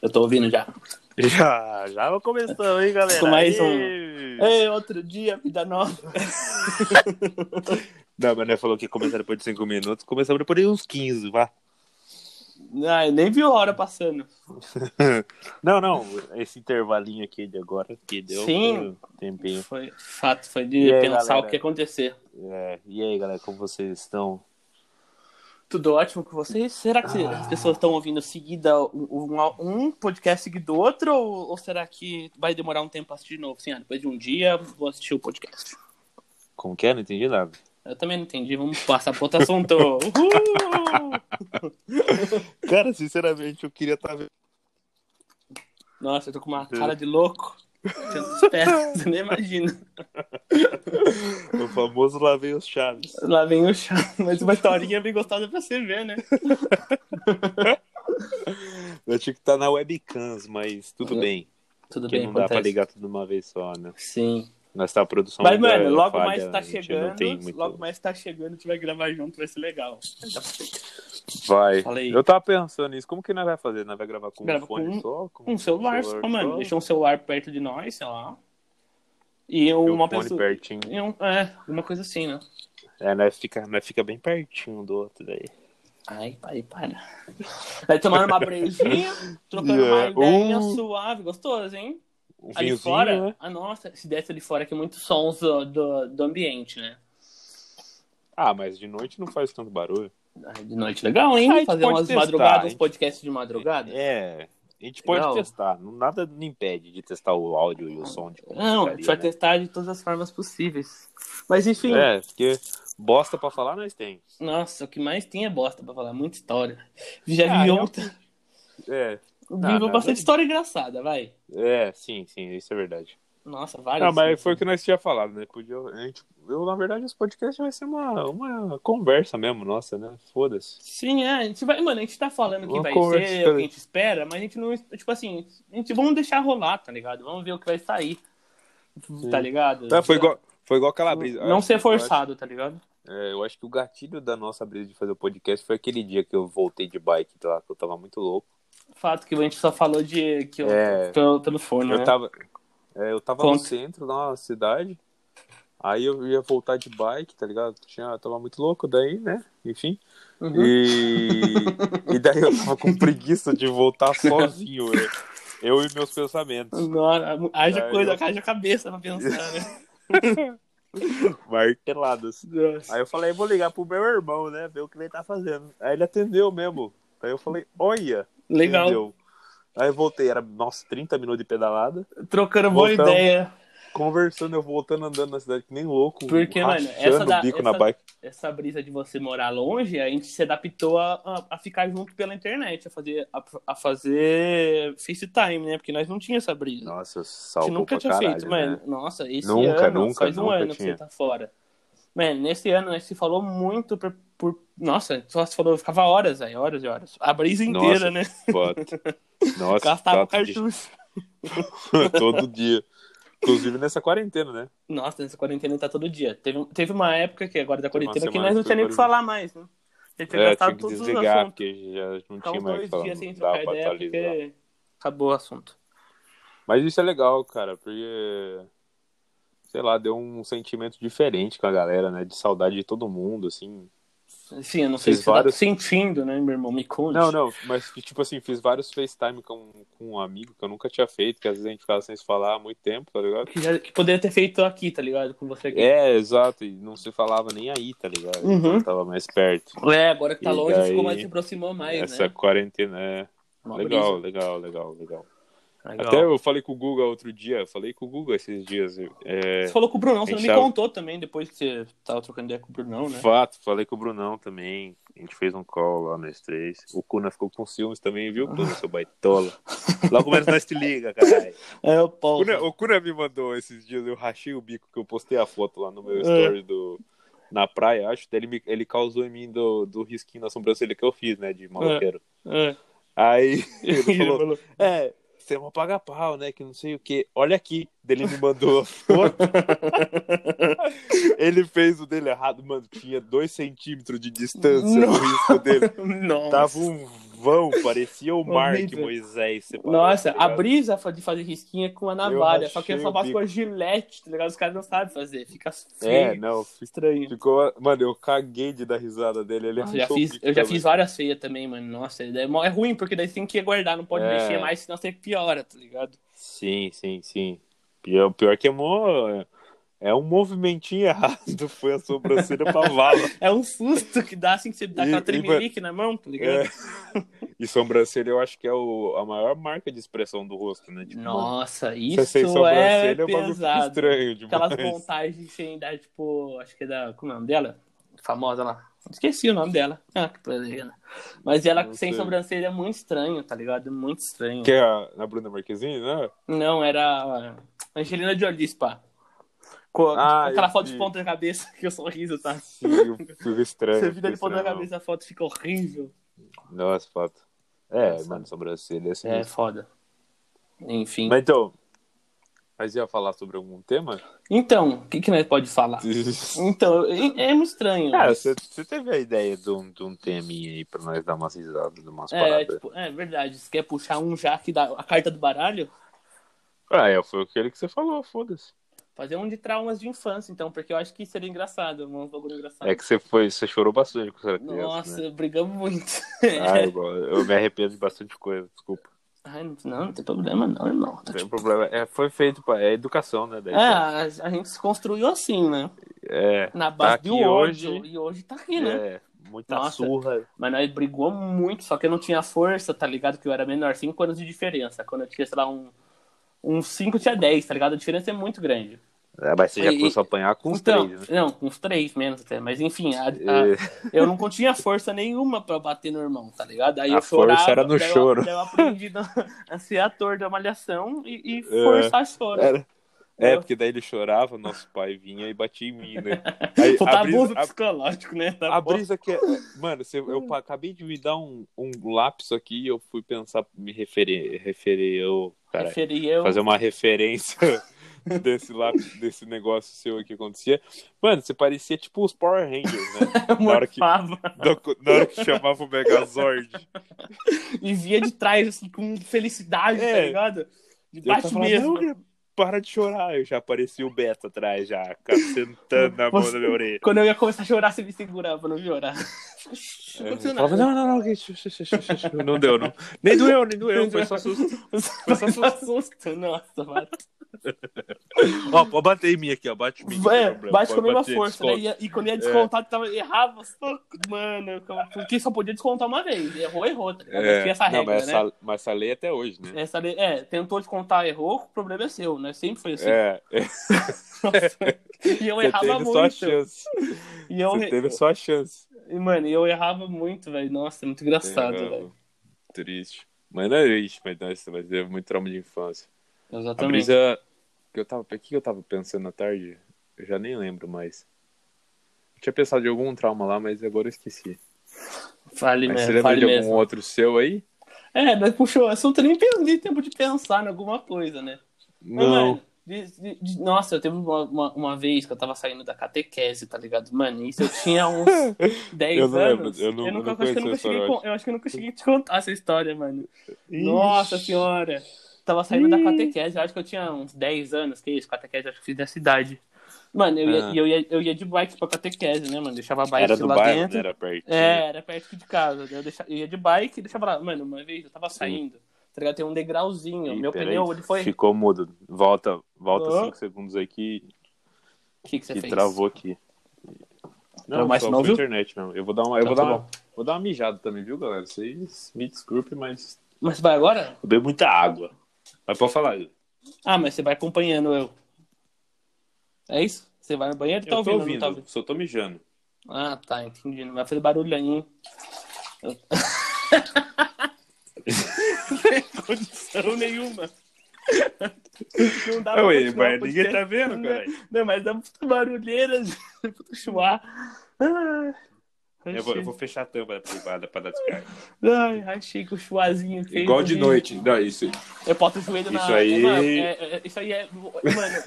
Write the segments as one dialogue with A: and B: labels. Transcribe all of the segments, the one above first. A: Eu tô ouvindo já.
B: Já, já começamos, hein, galera?
A: Com mais um.
B: Aê!
A: Ei, outro dia, vida nova.
B: Não, mas não é falou que começaram depois de 5 minutos, começamos depois de uns 15, vá.
A: Ai, nem viu a hora passando.
B: Não, não, esse intervalinho aqui de agora que deu
A: Sim.
B: foi um tempinho.
A: Foi fato, foi de
B: E aí,
A: pensar
B: galera?
A: o que ia acontecer.
B: É, e aí, galera, como vocês estão?
A: Tudo ótimo com vocês? Será que as pessoas estão ouvindo seguida um, um- um podcast seguido do outro? Ou, ou será que vai demorar um tempo pra assistir de novo? Assim, ah, depois de um dia vou assistir o podcast.
B: Como que é? Não entendi nada.
A: Eu também não entendi, vamos passar pro outro assunto. Uhul!
B: Cara, sinceramente, eu queria estar vendo.
A: Nossa, eu tô com uma cara de louco. Você não espera, você nem imagina.
B: O famoso lá vem os chaves.
A: Lá vem o chá, mas uma historinha bem gostosa pra você ver, né?
B: Eu tinha que estar na webcams, mas tudo
A: Eu-
B: bem.
A: Tudo
B: Porque
A: bem,
B: não dá
A: acontece.
B: pra ligar tudo de uma vez só, né?
A: Sim.
B: Nós tá a produção.
A: Mas,
B: ainda
A: mano, logo
B: falha,
A: mais tá
B: a gente não
A: chegando.
B: tem muito-
A: Logo mais tá chegando, a gente vai gravar junto, vai ser legal.
B: Vai.
A: Fala aí.
B: Eu tava pensando nisso. Como que nós vai fazer? Nós vai gravar com
A: Grava
B: um fone
A: com um-
B: só? Com
A: Um celular, só, mano.
B: só?
A: Deixa um celular perto de nós, sei lá. E
B: E um
A: uma
B: fone
A: pessoa.
B: pertinho.
A: e um- é, uma coisa assim, né?
B: É, nós fica, nós fica bem pertinho do outro daí.
A: Ai, pai, para. Vai tomando uma brejinha, trocando
B: Yeah.
A: uma ideia
B: Um-
A: suave, gostoso, hein?
B: Um
A: Ali
B: vinhozinho,
A: fora,
B: né?
A: ah, nossa, se desse ali fora aqui muitos sons do, do, do ambiente, né?
B: Ah, mas de noite não faz tanto barulho.
A: Ai, de noite legal, hein?
B: Ah, a gente
A: Fazer
B: pode
A: umas
B: testar,
A: madrugadas, uns
B: hein?
A: podcasts de madrugada.
B: É. A gente pode
A: Legal.
B: testar. não- Nada não impede de testar o áudio e o som de como
A: Não, a
B: ficaria,
A: gente vai
B: né?
A: testar de todas as formas possíveis. Mas enfim,
B: É, porque bosta pra falar nós tem.
A: nossa, o que mais tem é bosta pra falar, muita história. Já
B: Ah,
A: vi
B: eu-
A: ontem,
B: É,
A: vi
B: não,
A: bastante
B: não.
A: história engraçada, vai.
B: é, sim, sim, isso é verdade.
A: Nossa, várias.
B: Ah, mas foi o que nós tinha falado, né? Podia, a gente, eu, na verdade, esse podcast vai ser uma, uma conversa mesmo, nossa, né? Foda-se.
A: Sim, é, a gente vai, mano, a gente tá falando que
B: Uma
A: vai ser,
B: conversa
A: o que a
B: diferente.
A: gente espera, mas a gente não, tipo assim, a gente vamos deixar rolar, tá ligado? Vamos ver o que vai sair. Tá ligado?
B: Tá, foi igual, foi igual aquela brisa.
A: Não
B: Acho-
A: ser forçado, tá ligado?
B: Eu acho, é, eu acho que o gatilho da nossa brisa de fazer o podcast foi aquele dia que eu voltei de bike lá, que eu tava muito louco.
A: Fato que a gente só falou de que eu
B: É.
A: tô, tô no forno, né?
B: Eu tava, é, eu tava no
A: Conta.
B: centro, na cidade. Aí eu ia voltar de bike, tá ligado? Tinha, eu tava muito louco daí, né? Enfim.
A: Uhum.
B: E, e daí eu tava com preguiça de voltar sozinho, né? eu e meus pensamentos.
A: Nossa, haja
B: Aí
A: coisa,
B: É, eu-
A: haja cabeça pra pensar, né?
B: Marteladas.
A: Nossa.
B: assim. Aí eu falei, vou ligar pro meu irmão, né? Ver o que ele tá fazendo. Aí ele atendeu mesmo. Aí eu falei, olha,
A: Legal,
B: atendeu. Aí eu voltei, era, nossa, 30 minutos de pedalada.
A: trocando boa
B: Voltamos.
A: ideia.
B: Conversando, eu voltando, andando na cidade que nem louco.
A: Porque, mano,
B: rachando
A: essa da-
B: o bico
A: essa-
B: na bike.
A: Essa brisa de você morar longe, a gente se adaptou a, a- a ficar junto pela internet, a fazer, a, a fazer FaceTime, né? Porque nós não tinha essa brisa.
B: Nossa,
A: a
B: salvo
A: gente nunca tinha feito,
B: né?
A: mano. Nossa, esse
B: Nunca,
A: ano
B: nunca,
A: faz um
B: nunca
A: ano que
B: tinha.
A: você tá fora. Mano, nesse ano nós se falou muito por. por- Nossa, só se falou, ficava horas aí, horas e horas. A brisa
B: Nossa,
A: inteira, né?
B: Nossa,
A: Gastava
B: fato de-
A: cartucho.
B: todo dia. Inclusive nessa quarentena, né?
A: Nossa, nessa quarentena tá todo dia. Teve, teve uma época que agora da
B: Teve uma
A: quarentena que
B: semana
A: nós não
B: que
A: tinha nem o
B: foi
A: que falar mais, né? A gente tinha
B: É, tinha
A: gastado
B: que
A: todos os
B: desligar,
A: assuntos.
B: porque já não
A: Ficar
B: tinha
A: uns
B: mais o que
A: dois
B: falar.
A: dias sem
B: Não dava
A: trocar
B: pra
A: ideia
B: atualizar.
A: porque acabou o assunto.
B: Mas isso é legal, cara, porque. Sei lá, deu um sentimento diferente com a galera, né? De saudade de todo mundo, assim.
A: Sim, eu não sei
B: Fiz
A: se você
B: vários-
A: tá sentindo, né, meu irmão? Me conte.
B: Não, não, mas que, tipo assim, fiz vários FaceTime com, com um amigo que eu nunca tinha feito, que às vezes a gente ficava sem se falar há muito tempo, tá ligado?
A: Que, já- que poderia ter feito aqui, tá ligado? Com você aqui.
B: É, exato, e não se falava nem aí, tá ligado?
A: Uhum.
B: Eu tava mais perto.
A: É, agora que tá
B: E
A: longe,
B: daí,
A: ficou mais, se aproximou mais,
B: Essa
A: né?
B: quarentena é.
A: Uma
B: Legal,
A: brisa.
B: legal, legal, legal.
A: Legal.
B: Até eu falei com o Guga outro dia, eu falei com o Guga esses dias. É,
A: Você falou com o Brunão, você não me
B: Deixava-
A: contou também, depois que você tava trocando ideia com o Brunão, né?
B: Fato, falei com o Brunão também. A gente fez um call lá nós três. O Kuna ficou com ciúmes também, viu, Kuna, seu baitola? Logo menos nós te liga, caralho.
A: É, o
B: O
A: Paulo.
B: Kuna, o Kuna me mandou esses dias, eu rachei o bico que eu postei a foto lá no meu
A: É.
B: story do. Na praia, acho. Daí Ele, me- ele causou em mim do, do É. risquinho na sobrancelha que eu fiz, né? De maloqueiro.
A: É.
B: Aí ele
A: Ele
B: falou:
A: falou,
B: É, Você é uma paga-pau, né? Que não sei o quê. Olha aqui. Ele me mandou a foto. ele fez o dele errado, mano. Tinha dois centímetros de distância no risco dele.
A: Nossa.
B: Tava um vão, parecia o mar que
A: Horrível.
B: Moisés separou.
A: Nossa,
B: tá ligado?
A: a brisa fa- de fazer risquinha com a navalha. Só que
B: rachei
A: eu só
B: o
A: faço
B: bico.
A: com a gilete, tá ligado? Os caras não sabem fazer. Fica feio.
B: É, não.
A: Estranho.
B: Ficou. Mano, eu caguei de dar risada dele. Ele
A: Nossa, eu já
B: achou o
A: fiz,
B: bico
A: eu já
B: também.
A: fiz várias feias também, mano. Nossa, é, mó- é ruim, porque daí você tem que aguardar, não pode
B: É.
A: mexer mais, senão você piora, tá ligado?
B: Sim, sim, sim. Pior, pior que é mó. É um movimentinho errado, foi a sobrancelha pra vala.
A: É um susto que dá assim que você dá
B: E-
A: aquela
B: e, mano,
A: tremelique na mão, tá ligado?
B: É. E sobrancelha eu acho que é o, a maior marca de expressão do rosto, né? Tipo,
A: Nossa,
B: você sem
A: isso é
B: sobrancelha é um bagulho
A: pesado.
B: estranho
A: Aquelas
B: demais.
A: montagens sem dar, tipo, acho que é da. Como é o nome dela? Famosa lá. Esqueci o nome dela. Ah, que pena. Mas ela
B: Não
A: sem
B: sei.
A: sobrancelha é muito estranho, tá ligado? Muito estranho.
B: Que é a, a Bruna Marquezine, né?
A: Não, era a Angelina Jolie, pá. Com
B: Ah,
A: aquela
B: eu
A: foto de
B: vi.
A: ponta na cabeça, que o sorriso tá.
B: Sim, eu fico estranho.
A: Você vira
B: fico
A: de ponta na
B: estranho.
A: cabeça, a foto fica horrível.
B: Nossa, fato. É,
A: Nossa.
B: mano, sobrancelha é assim.
A: É foda. Enfim.
B: Mas então, mas ia falar sobre algum tema?
A: Então, o que, que nós pode falar? Então, é, é muito estranho.
B: Cara, você você teve a ideia de um, de um teminha aí pra nós dar umas risadas, de umas
A: é,
B: paradas.
A: tipo, é verdade. Você quer puxar um já que dá a carta do baralho?
B: Ah, é, foi aquele que você falou, foda-se.
A: Fazer um de traumas de infância, então, porque eu acho que seria engraçado, um bagulho engraçado.
B: É que você foi, você chorou bastante quando você era criança,
A: Nossa,
B: né?
A: brigamos muito.
B: Ai, Ah, eu, eu me arrependo de bastante coisa, desculpa.
A: Ai, não, não tem problema não, irmão. Tá
B: Não tem
A: tipo-
B: problema. É, foi feito, pra, é educação, né? Daí,
A: É, a, a gente se construiu assim, né?
B: é,
A: Na base
B: aqui
A: do ódio.
B: hoje.
A: E hoje tá aqui, né?
B: é, muita
A: Nossa.
B: surra.
A: Mas nós brigou muito, só que eu não tinha força, tá ligado? Que eu era menor, 5 anos de diferença. Quando eu tinha, sei lá, um. Uns 5 tinha 10, tá ligado? A diferença é muito grande.
B: É, mas você já
A: E-
B: começou a apanhar com os
A: então, ah,
B: três, né?
A: Não, com uns 3 menos até. Mas enfim, a- a-
B: É.
A: eu não tinha força nenhuma pra bater no irmão, tá ligado? Aí
B: A
A: eu
B: força
A: chorava.
B: era no
A: daí eu-
B: choro.
A: daí Eu, aprendi na- a ser ator da malhação e, e
B: É.
A: forçar choro.
B: Era- É,
A: Eu-
B: porque daí ele chorava, nosso pai vinha e batia em mim, né? Aí,
A: Puta
B: a brisa-
A: abuso psicológico, né? Tá
B: A
A: bom.
B: brisa que é. Mano, você- eu pa- acabei de me dar um, um lapso aqui e eu fui pensar, me referir. referir eu, cara,
A: Preferi eu.
B: fazer uma referência desse lápis, desse negócio seu aí que acontecia. Mano, você parecia tipo os Power Rangers, né? Na hora que,
A: morfava.
B: na hora que chamava o Megazord.
A: e via de trás, assim, com felicidade,
B: É.
A: tá ligado? De
B: Eu
A: bate
B: tava lá,
A: mesmo.
B: "Não, cara, para de chorar. Eu já aparecia o Beto atrás, já, ca- sentando na mão
A: Você-
B: da minha orelha.
A: Quando eu ia começar a chorar, você me segurava pra não chorar. Não
B: É,
A: aconteceu nada.
B: falava, não, não, não, que- xu- xu- xu- xu- xu- xu- não deu, não. Nem doeu, nem doeu, foi só susto.
A: Foi só susto. Nossa, mano.
B: Ó, pode bater em mim aqui, ó. Bate em mim. não tem
A: É,
B: problema.
A: bate com a
B: Pode
A: mesma
B: bater,
A: força, né?
B: desconto. É.
A: E, e quando ia descontar, tava, errava, só- mano, eu ficava- porque só podia descontar uma vez, errou, errou, tá ligado?
B: É,
A: Tinha essa
B: não,
A: regra,
B: mas,
A: né?
B: essa, mas essa lei é até hoje, né?
A: Essa lei- é, tentou descontar, errou, o problema é seu, né? Sempre foi assim.
B: É, é,
A: E eu
B: você
A: errava
B: teve só a
A: muito.
B: chance.
A: E eu,
B: Você teve só a chance.
A: E, Mano, eu errava muito, velho. Nossa, é muito engraçado,
B: É,
A: velho.
B: Triste. Mas não é triste, mas nossa, mas teve muito trauma de infância. A
A: Exatamente.
B: brisa. Que eu tava, o que eu tava pensando à tarde? Eu já nem lembro mais. Eu tinha pensado em algum trauma lá, mas agora eu esqueci.
A: Fale
B: Mas você
A: mesmo,
B: lembra
A: fale
B: de algum
A: é, mesmo.
B: outro seu aí?
A: É, mas puxou o assunto, eu nem perdi tempo de pensar em alguma coisa, né? Mas,
B: Não.
A: mano, de- de- de- nossa, eu teve uma, uma, uma vez que eu tava saindo da catequese, tá ligado? Mano, isso eu tinha uns 10
B: Eu não lembro,
A: anos.
B: eu
A: nunca-
B: não- eu não
A: acho que eu
B: conheço
A: nunca
B: essa
A: cheguei
B: história.
A: com- eu acho que eu nunca cheguei a te contar essa história, mano. Nossa senhora! Tava saindo da catequese, eu acho que eu tinha uns 10 anos, que isso, catequese, acho que fiz da cidade. Mano, eu ia,
B: Ah.
A: e eu ia, eu ia de bike pra catequese, né, mano? Deixava a bike
B: Era do
A: lá
B: bairro,
A: dentro.
B: né? Era pertinho.
A: É, era perto aqui de casa. né? Eu, deixava, eu ia de bike e deixava lá. Mano, uma vez eu tava
B: Sim.
A: saindo, tá ligado? Tem um degrauzinho.
B: Ih,
A: meu
B: peraí,
A: pneu, ele foi.
B: Ficou mudo. Volta 5 volta
A: Ah.
B: cinco segundos aqui
A: O que, que você
B: e
A: fez?
B: travou aqui.
A: Travou, mas não,
B: foi
A: viu?
B: internet mesmo. Eu vou dar uma, eu
A: Então
B: vou
A: tá
B: dar uma,
A: bom.
B: vou dar uma mijada também, viu, galera? Vocês me desculpem, mas
A: Mas vai agora?
B: eu bebo muita água. Mas pode falar. Eu
A: Ah, mas você vai acompanhando eu. É isso? Você vai no banheiro e tá
B: tô
A: ouvindo,
B: ouvindo,
A: não tá ouvindo?
B: só tô mijando.
A: Ah, tá, entendi. Não vai fazer barulho aí, hein? Eu- Sem condição nenhuma. Não dá pra
B: Ué,
A: continuar
B: mas
A: o
B: ninguém
A: podcast. né?
B: tá vendo, cara.
A: Não, mas dá puta barulheira, gente. puta chuá. Ah.
B: Eu vou, eu vou fechar a tampa privada pra dar descarga.
A: Ai, achei que o chuazinho feito.
C: Igual de noite. Não, isso.
A: Eu boto o joelho na.
B: Isso aí-
A: Mano, é- é- isso aí é. Mano,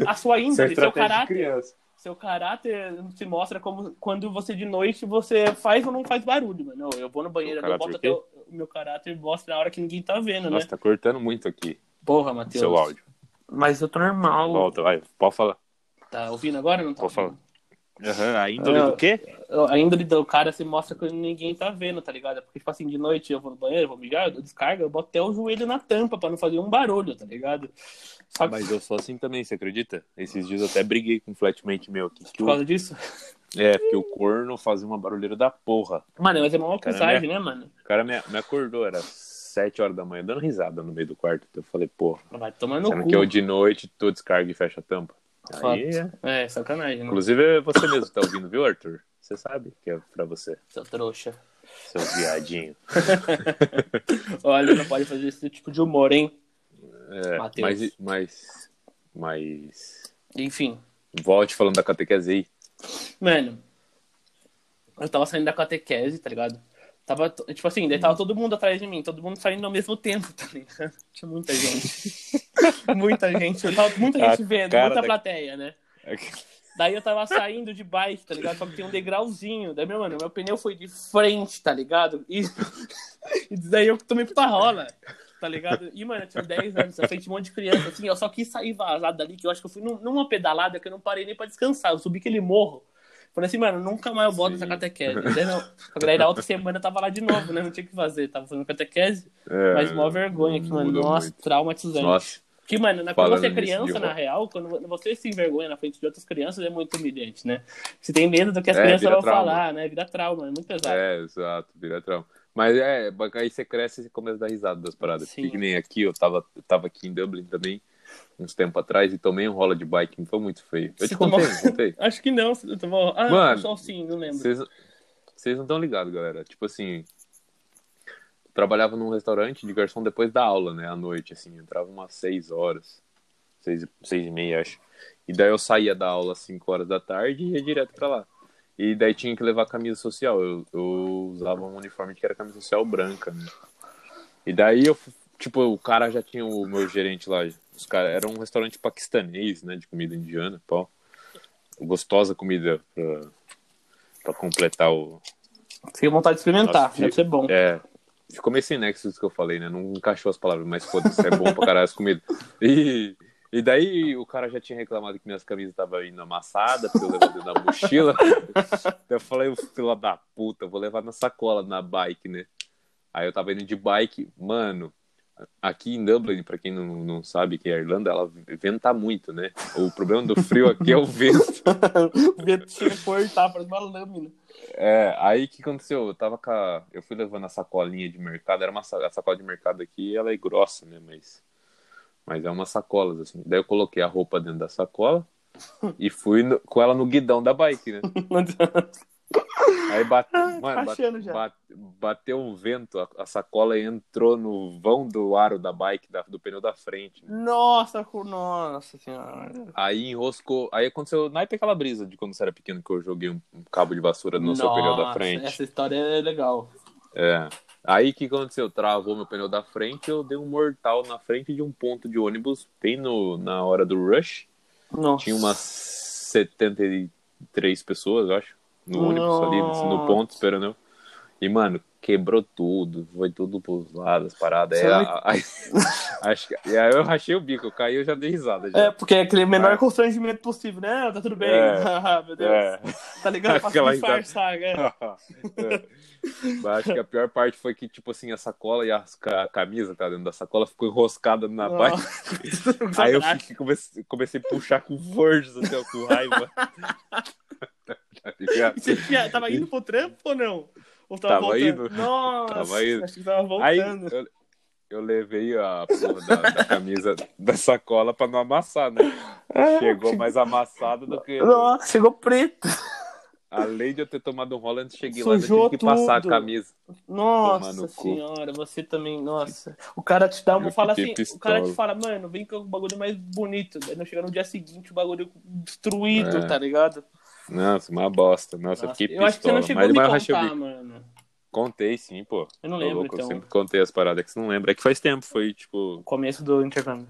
A: a sua
C: Isso é
A: índole, seu
C: estratégia de
A: caráter.
C: criança.
A: Seu caráter se mostra como quando você de noite você faz ou não faz barulho, mano. Eu vou no banheiro,
B: Seu
A: eu boto até
B: caráter o
A: o o meu caráter mostra na hora que ninguém tá vendo,
B: Nossa,
A: né?
B: tá cortando muito aqui
A: Porra, Matheus.
B: seu áudio.
A: Mas eu tô normal.
B: Volta, vai. Pode falar.
A: Tá ouvindo agora ou não tá?
B: Pode falar. Aham, a índole
A: Ah.
B: do quê?
A: A índole do cara se mostra quando ninguém tá vendo, tá ligado? Porque, tipo assim, de noite eu vou no banheiro, vou mijar, eu descargo, eu boto até o joelho na tampa pra não fazer um barulho, tá ligado? Só que
B: Mas eu sou assim também, você acredita? Esses dias eu até briguei com um flatmate meu aqui. que
A: por
B: o-
A: causa disso.
B: É, porque o corno fazia uma barulheira da porra.
A: Mano, mas é uma
B: Cara,
A: mensagem, né, mano?
B: O cara me, me acordou, era sete horas da manhã, dando risada no meio do quarto. Eu falei, porra,
A: Vai tomar no
B: sendo
A: cu.
B: que eu de noite tô descarga e fecha a tampa.
A: Fato.
B: Aí, é.
A: É, sacanagem, né?
B: inclusive, é você mesmo que tá ouvindo, viu, Arthur? Você sabe que é pra você,
A: Seu trouxa.
B: seu viadinho.
A: Olha, não pode fazer esse tipo de humor, hein?
B: É,
A: Mateus.
B: mas, mas, mas.
A: Enfim.
B: Volte falando da catequese aí.
A: Mano, eu tava saindo da catequese, tá ligado? Tava, t- tipo assim, daí
B: Uhum.
A: tava todo mundo atrás de mim, todo mundo saindo ao mesmo tempo, tá ligado? Tinha muita gente. muita gente. Eu tava muita
B: A
A: gente vendo,
B: cara
A: muita
B: da-
A: plateia, né? Daí eu tava saindo de bike, tá ligado? Só que tem um degrauzinho. Daí, meu mano, meu pneu foi de frente, tá ligado? E, e daí eu tomei puta rola, tá ligado? E, mano, eu tinha 10 anos, eu frente um monte de criança, assim, eu só quis sair vazado dali, que eu acho que eu fui num- numa pedalada que eu não parei nem pra descansar. Eu subi aquele morro. Falei assim, mano, nunca mais eu volto
B: Sim.
A: essa catequese. Daí, não. Só que daí na outra semana eu tava lá de novo, né? Não tinha o que fazer. Tava fazendo catequese,
B: É,
A: mas mó vergonha que, mano,
B: mudou
A: nossa,
B: muito.
A: traumatizante.
B: Nossa,
A: Que, mano, na, quando
B: Falando
A: você é
B: nisso de
A: criança, na
B: roupa.
A: real, quando você se envergonha na frente de outras crianças, é muito humilhante, né? Você tem medo do que as
B: É,
A: crianças
B: vira
A: vão
B: trauma.
A: falar, né? Vira trauma, é muito pesado.
B: É, exato, vira trauma. Mas é, aí você cresce e você começa a dar risada das paradas.
A: Sim.
B: Porque que nem aqui, eu tava, eu tava aqui em Dublin também, uns tempos atrás, e tomei um rola de bike, não foi muito feio. Eu
A: Você
B: te contei,
A: tomou-
B: não contei.
A: Acho que não, eu tô... ah,
B: Mano,
A: só sim, não lembro.
B: Vocês vocês não estão ligados, galera. Tipo assim, trabalhava num restaurante de garçom depois da aula, né, à noite, assim, eu entrava umas seis horas, seis, e- seis e meia, acho. E daí eu saía da aula às 5 horas da tarde e ia direto pra lá. E daí tinha que levar camisa social. Eu, eu usava um uniforme que era camisa social branca, né? E daí eu, fu- tipo, o cara já tinha o meu gerente lá. Os cara, era um restaurante paquistanês, né? De comida indiana, pau. Gostosa comida pra, pra completar o.
A: Fiquei com vontade de experimentar,
B: Nossa,
A: deve
B: fi-
A: ser bom.
B: É. Ficou meio sem nexo isso que eu falei, né? Não encaixou as palavras, mas foda-se, é bom pra caralho as comidas. E, e daí o cara já tinha reclamado que minhas camisas estavam indo amassadas, porque eu levei na mochila. Então eu falei, "Ô, fila da puta, eu vou levar na sacola, na bike, né? Aí eu tava indo de bike, mano. Aqui em Dublin, pra quem não, não sabe que é a Irlanda, ela venta muito, né? O problema do frio aqui é o vento.
A: Devia te cortar, parece uma lâmina.
B: É, aí o que aconteceu? Eu tava com a... Eu fui levando a sacolinha de mercado, era uma sa- a sacola de mercado aqui, ela é grossa, né? Mas, mas é umas sacolas, assim. Daí eu coloquei a roupa dentro da sacola e fui no- com ela no guidão da bike, né? Aí bate... Mano, bate-
A: Achando Ah, Tá já.
B: bate- bateu um vento, a... a sacola entrou no vão do aro da bike, da- do pneu da frente, né?
A: Nossa, cu- nossa senhora.
B: Aí enroscou, aí aconteceu naipe aquela brisa de quando você era pequeno que eu joguei um um cabo de vassoura no seu pneu da
A: Nossa,
B: frente.
A: Essa história é legal.
B: É. Aí o que aconteceu? Travou meu pneu da frente, eu dei um mortal na frente de um ponto de ônibus, bem no, na hora do rush.
A: Nossa.
B: Tinha umas 73 pessoas, eu acho, no ônibus ali,
A: Nossa.
B: no ponto, esperando eu. E, mano, quebrou tudo, foi tudo pros lados, as paradas. É,
A: Sabe-
B: a- a- acho que- e aí eu rachei o bico, eu caí, eu já dei risada. Já.
A: É, porque é aquele menor
B: É.
A: constrangimento possível, né? Tá tudo bem.
B: É.
A: Meu Deus. Tá ligado? Pra
B: Aquela
A: se disfarçar, né?
B: É. Mas acho que a pior parte foi que, tipo assim, a sacola e a, a camisa que tá dentro da sacola ficou enroscada na
A: Não.
B: bike. Aí eu
A: Sacanagem.
B: fiquei- comecei, comecei a puxar com força, assim, ó, com raiva. Tá ligado?
A: Você tinha- tava indo pro trampo ou não? Ou tava,
B: Tava
A: voltando?
B: indo.
A: Nossa,
B: Tava indo.
A: acho que tava
B: Aí
A: voltando.
B: eu, eu levei a porra da, da camisa da sacola pra não amassar, né? Chegou mais amassada do que.
A: É, Nossa, chegou preto.
B: Além de eu ter tomado um Holland, cheguei lá, eu
A: Sujou
B: tive que passar
A: tudo.
B: a camisa. Tomar
A: Nossa
B: no cu.
A: senhora, você também, nossa. O cara te dá um,
B: Eu
A: fala assim,
B: fiquei
A: o cara te
B: pistola.
A: fala, mano, é vem com o bagulho mais bonito. Aí não chega no dia seguinte, o bagulho destruído,
B: É.
A: tá ligado?
B: Nossa, uma bosta. Nossa, eu
A: Nossa,
B: fiquei
A: eu
B: pistola.
A: acho que você não chegou
B: mas
A: a me
B: mas eu
A: contar,
B: rachei o bico.
A: mano.
B: Contei sim, pô.
A: Eu não
B: Tô
A: lembro,
B: louco,
A: então.
B: Eu sempre contei as paradas que você não lembra. É que faz tempo, foi tipo.
A: Começo do intercâmbio.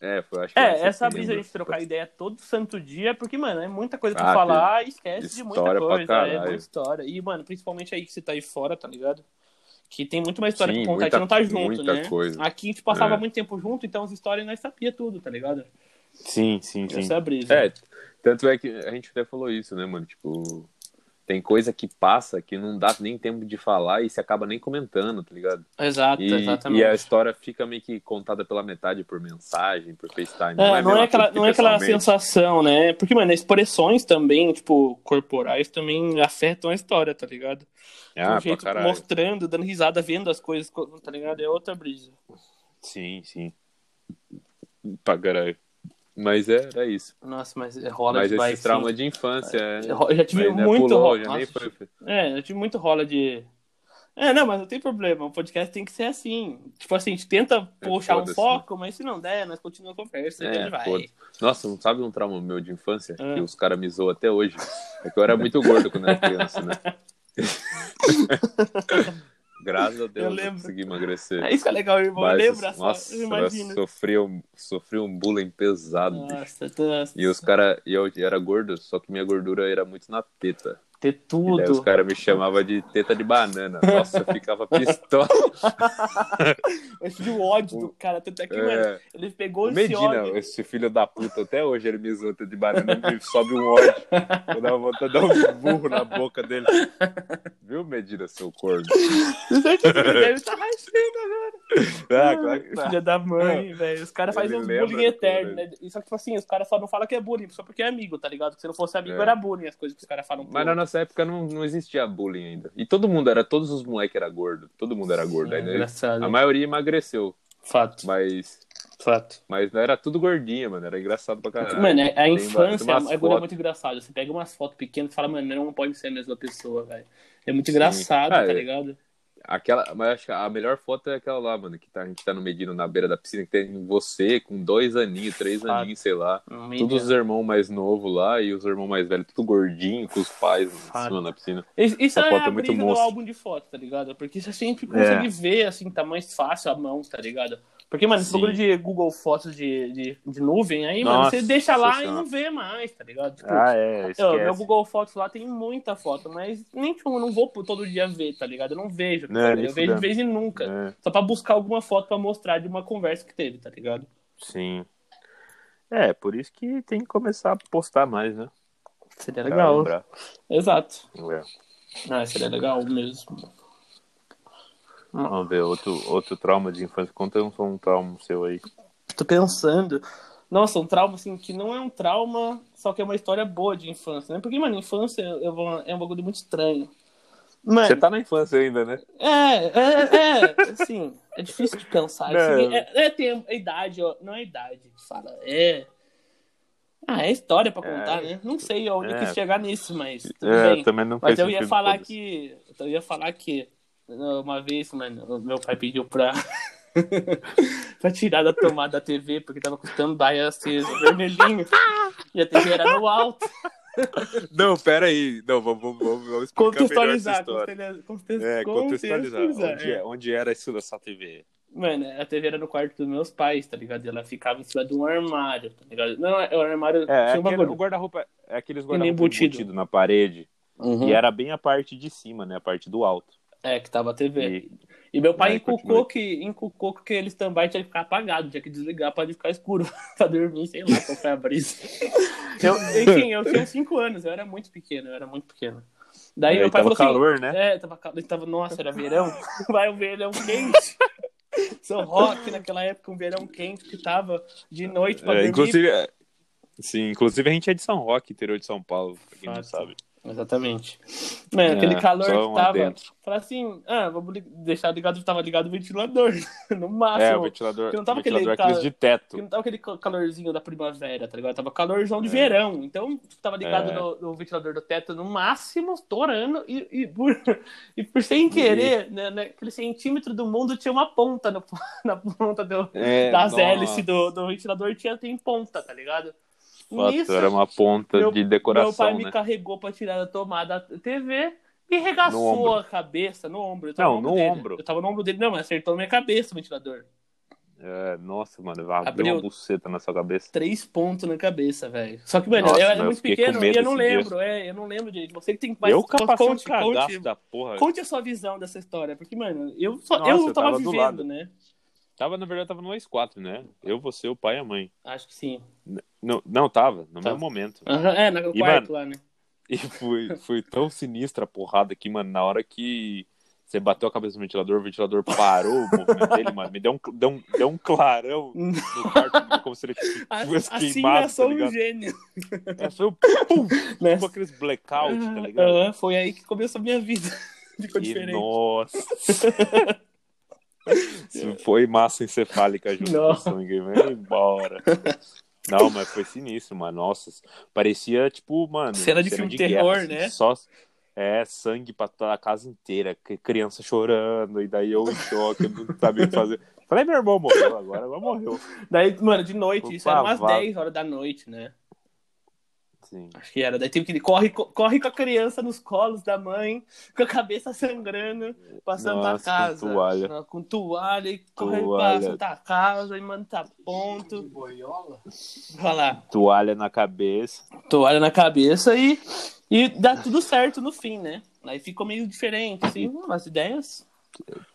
B: É, foi, acho que foi em
A: É, essa brisa
B: setembro.
A: de a gente trocar ideia todo santo dia, porque, mano, é muita coisa pra
B: Ah,
A: falar e esquece de muita
B: história pra
A: coisa. É
B: caralho.
A: muita história. E, mano, principalmente aí que você tá aí fora, tá ligado? Que tem muito mais história
B: Sim,
A: pra contar,
B: muita-
A: a gente não tá junto,
B: muita
A: né?
B: coisa.
A: Aqui a gente passava
B: É.
A: muito tempo junto, então as histórias nós sabia tudo, tá ligado?
B: Sim, sim, sim.
A: Essa é a brisa.
B: É, tanto é que a gente até falou isso, né, mano? Tipo, tem coisa que passa que não dá nem tempo de falar e se acaba nem comentando, tá ligado?
A: Exato,
B: E,
A: exatamente.
B: e é a história fica meio que contada pela metade por mensagem, por FaceTime.
A: É, não
B: mesmo
A: é aquela,
B: tudo que
A: não é aquela
B: pessoalmente.
A: sensação, né? Porque, mano, expressões também, tipo, corporais também afetam a história, tá ligado?
B: Ah,
A: um
B: pra
A: jeito
B: caralho.
A: mostrando, dando risada, vendo as coisas, tá ligado? É outra brisa.
B: Sim, sim. Pra caralho. Mas é, é isso.
A: Nossa, mas rola
B: Mas
A: demais.
B: esse trauma de infância. É...
A: sim. Eu já tive
B: Mas, né,
A: muito
B: pulou,
A: rola.
B: já nem
A: Nossa,
B: foi.
A: É, eu tive muito rola de. É, não, mas não tem problema. O podcast tem que ser assim. Tipo assim, a gente tenta puxar um
B: É, foda-se,
A: foco, mas se não der, nós continuamos a conversa e
B: É,
A: ele vai.
B: foda. Nossa, não sabe um trauma meu de infância?
A: Ah.
B: Que os caras me zoam até hoje. É que eu era muito gordo quando era criança, né? Graças a Deus eu,
A: lembro.
B: consegui emagrecer.
A: É isso que é legal, irmão.
B: Mas,
A: Lembra só,
B: nossa, eu
A: imagina.
B: sofri um, sofri um bullying pesado. bicho.
A: Nossa, nossa.
B: E os caras, e eu era gordo, só que minha gordura era muito na teta.
A: ter
B: E daí os
A: tudo.
B: caras me chamavam de teta de banana. Nossa, eu ficava pistola.
A: Eu tive o ódio do cara, tanto é que, mano,
B: É.
A: ele pegou esse
B: Medina,
A: ódio.
B: esse filho da puta, até hoje ele me zoa de banana, me sobe um ódio. Eu dava vontade de dar um burro na boca dele. Viu, Medina, seu corno?
A: Com certeza ele deve estar rachando tá agora.
B: Ah, claro que tá.
A: Filha da mãe, velho. Os caras fazem
B: Ele
A: uns
B: lembra
A: bullying
B: do cara,
A: eterno, né? E Só que, tipo assim, os caras só não falam que é bullying, só porque é amigo, tá ligado? Que se não fosse amigo,
B: É.
A: era bullying as coisas que os caras falam.
B: Mas na nossa época não, não existia bullying ainda. E todo mundo era, todos os moleques eram gordos. Todo mundo era gordo
A: É,
B: ainda.
A: engraçado.
B: A maioria emagreceu,
A: Fato,
B: mas,
A: fato.
B: mas não era tudo gordinho, mano. Era engraçado pra caralho.
A: Mano, é- a
B: Tem
A: infância
B: umas
A: é, é
B: fotos.
A: muito engraçado. Você pega umas fotos pequenas e fala, mano, não pode ser a mesma pessoa, velho. É muito engraçado,
B: Ah,
A: tá
B: é.
A: ligado?
B: Aquela, mas acho que a melhor foto é aquela lá, mano, que tá, a gente tá no Medina, na beira da piscina, que tem você com dois aninhos, três
A: Fato.
B: aninhos, sei lá.
A: Não,
B: Todos os irmãos mais novos lá e os irmãos mais velhos, tudo gordinho, com os pais em
A: Fato.
B: cima na piscina.
A: Isso isso
B: Essa
A: é
B: foto
A: a
B: é muito É.
A: brisa do
B: monstro.
A: álbum de foto, tá ligado? Porque você sempre consegue ver, assim, tá mais fácil a mão, tá ligado? Porque, mano, esse
B: Sim.
A: bagulho de Google Fotos de, de, de nuvem aí, mano,
B: Nossa
A: você deixa lá e
B: Senhora.
A: não vê mais, tá ligado? Tipo,
B: é,
A: eu, meu Google Fotos lá tem muita foto, mas nem tipo, eu não vou por todo dia ver, tá ligado? Eu não vejo. tá
B: Não,
A: ligado?
B: É. nem
A: eu vejo de
B: fudendo.
A: vez em nunca. Só pra buscar alguma foto pra mostrar de uma conversa que teve, tá ligado?
B: sim. É, por isso que tem que começar a postar mais, né? É.
A: Seria legal. Exato.
B: Vamos
A: Ah, seria legal mesmo.
B: ver, outro, outro trauma de infância. Conta um, um trauma seu aí.
A: Tô pensando. Nossa, um trauma assim que não é um trauma, só que é uma história boa de infância, né? Porque, mano, infância eu vou- é um bagulho muito estranho. Mano,
B: Você tá na infância ainda, né?
A: é, é, é, assim, é difícil de pensar.
B: Não.
A: assim, é, é tempo, é idade, ó, não é idade que fala, é. Ah, é história pra contar, né? Não sei onde
B: É.
A: eu quis chegar nisso, mas tudo
B: É,
A: bem.
B: também não
A: Mas
B: faz
A: eu ia
B: sentido,
A: falar
B: foda-se.
A: que. Eu ia falar que. Uma vez, mano, o meu pai pediu pra. pra tirar da tomada a TV, porque tava com o stand-by aceso, vermelhinho. E a TV era no alto.
B: Não, pera aí. Não, vamos, vamos, vamos vamos explicar melhor essa
A: Contextualizar.
B: história.
A: contextuali- contextualizar.
B: É, contextualizar. Onde,
A: é.
B: é- onde era isso essa TV?
A: Mano, a TV era no quarto dos meus pais, tá ligado? E ela ficava em cima de um armário, tá ligado? Não, é- o armário tinha um bagulho.
B: guarda-roupa. É aqueles
A: guarda-roupa embutido.
B: na parede.
A: Uhum.
B: E era bem a parte de cima, né? A parte do alto.
A: É, que tava a TV.
B: E,
A: E meu pai
B: Aí,
A: encucou,
B: continua.
A: que, encucou que aquele stand-by tinha que ficar apagado, tinha que desligar pra ele ficar escuro, pra dormir, sei lá qual foi a brisa. Eu, enfim, eu tinha 5 anos, eu era muito pequeno, eu era muito pequeno. Daí
B: aí
A: meu pai
B: É, tava
A: falou
B: calor,
A: assim,
B: né?
A: é, tava calor, tava, nossa, era verão, vai um verão quente. São Roque, naquela época, um verão quente que tava de noite pra
B: É,
A: dormir.
B: inclusive, é, sim, inclusive a gente é de São Roque, interior de São Paulo, pra quem não
A: Fato.
B: sabe.
A: Exatamente. Mano, aquele
B: É,
A: calor
B: só
A: que
B: um
A: tava,
B: adentro.
A: falei assim, ah, vamos li- deixar ligado, tava ligado o ventilador, no máximo.
B: é, o ventilador,
A: que Ah, não tava
B: o ventilador
A: aquele
B: aqueles
A: ca-
B: de
A: Porque
B: teto.
A: não tava aquele ca- calorzinho da primavera, tá ligado? Tava calorzão de verão. Então, tipo, tava ligado
B: É.
A: no, no ventilador do teto no máximo, estourando, e, e, por, e por sem querer, né, né, aquele centímetro do mundo tinha uma ponta no- na ponta do,
B: É,
A: das
B: nossa.
A: hélices do, do ventilador, tinha, tem ponta, tá ligado?
B: Fato,
A: Nisso,
B: era uma ponta
A: meu-
B: de
A: Meu
B: decoração,
A: pai me
B: né?
A: carregou pra tirar da tomada da TV e
B: No
A: regaçou
B: ombro.
A: a cabeça no ombro. Eu tava
B: Não, no
A: dele.
B: ombro.
A: Eu tava no ombro dele, não, mas acertou na minha cabeça o ventilador.
B: É, nossa, mano, abriu,
A: Abriu.
B: uma buceta na sua cabeça.
A: Três pontos na cabeça, velho. Só que, mano,
B: Nossa,
A: eu era
B: eu
A: muito
B: fiquei com
A: pequeno e
B: medo
A: eu não
B: esse dia.
A: lembro. É, eu não lembro direito. Você que tem mais.
B: eu capacei um
A: conte,
B: cagaço
A: conte,
B: da porra.
A: conte a sua visão dessa história. Porque, mano, eu, só,
B: Nossa,
A: eu não
B: eu
A: tava,
B: tava do
A: vivendo,
B: lado.
A: né?
B: Tava, na verdade, tava no S4, né? Eu, você, o pai e a mãe.
A: Acho que sim.
B: Não, não tava, no
A: Tá.
B: mesmo momento.
A: Aham, é, no
B: E,
A: quarto lá, né?
B: E foi, foi tão sinistra a porrada que, mano, na hora que você bateu a cabeça no ventilador, o ventilador parou o movimento dele, mano. Me deu um, deu um, deu um clarão no quarto, como se ele tivesse
A: Assim
B: queimado, tá
A: nasceu um
B: ligado?
A: gênio.
B: É, foi um pum,
A: Né?
B: tipo aqueles blackout, tá ligado?
A: Aham, foi aí que começou a minha vida. Ficou
B: E,
A: diferente.
B: nossa! Isso foi massa encefálica junto com o
A: Nossa.
B: sangue, vai embora. Não, mas foi sinistro, mano. Nossa, parecia tipo, mano.
A: Cena de filme de
B: guerra,
A: terror,
B: assim,
A: né?
B: Só é sangue pra toda a casa inteira, cri- criança chorando, e daí eu em choque, eu não sabia o que fazer. Falei, meu irmão morreu agora, agora morreu.
A: Daí, mano, de noite,
B: Opa,
A: isso era umas
B: vá.
A: 10 horas da noite, né?
B: Sim.
A: Acho que era. Daí teve que ele corre, co- corre com a criança nos colos da mãe, com a cabeça sangrando, passando pra
B: Nossa, com
A: casa.
B: toalha.
A: Ah, Com toalha, e corre
B: Toalha.
A: passa pra casa, e manda tá ponto. Boiola? Vai lá.
B: Toalha na cabeça.
A: toalha na cabeça e, e dá tudo certo no fim, né? Aí ficou meio diferente, assim, as ideias.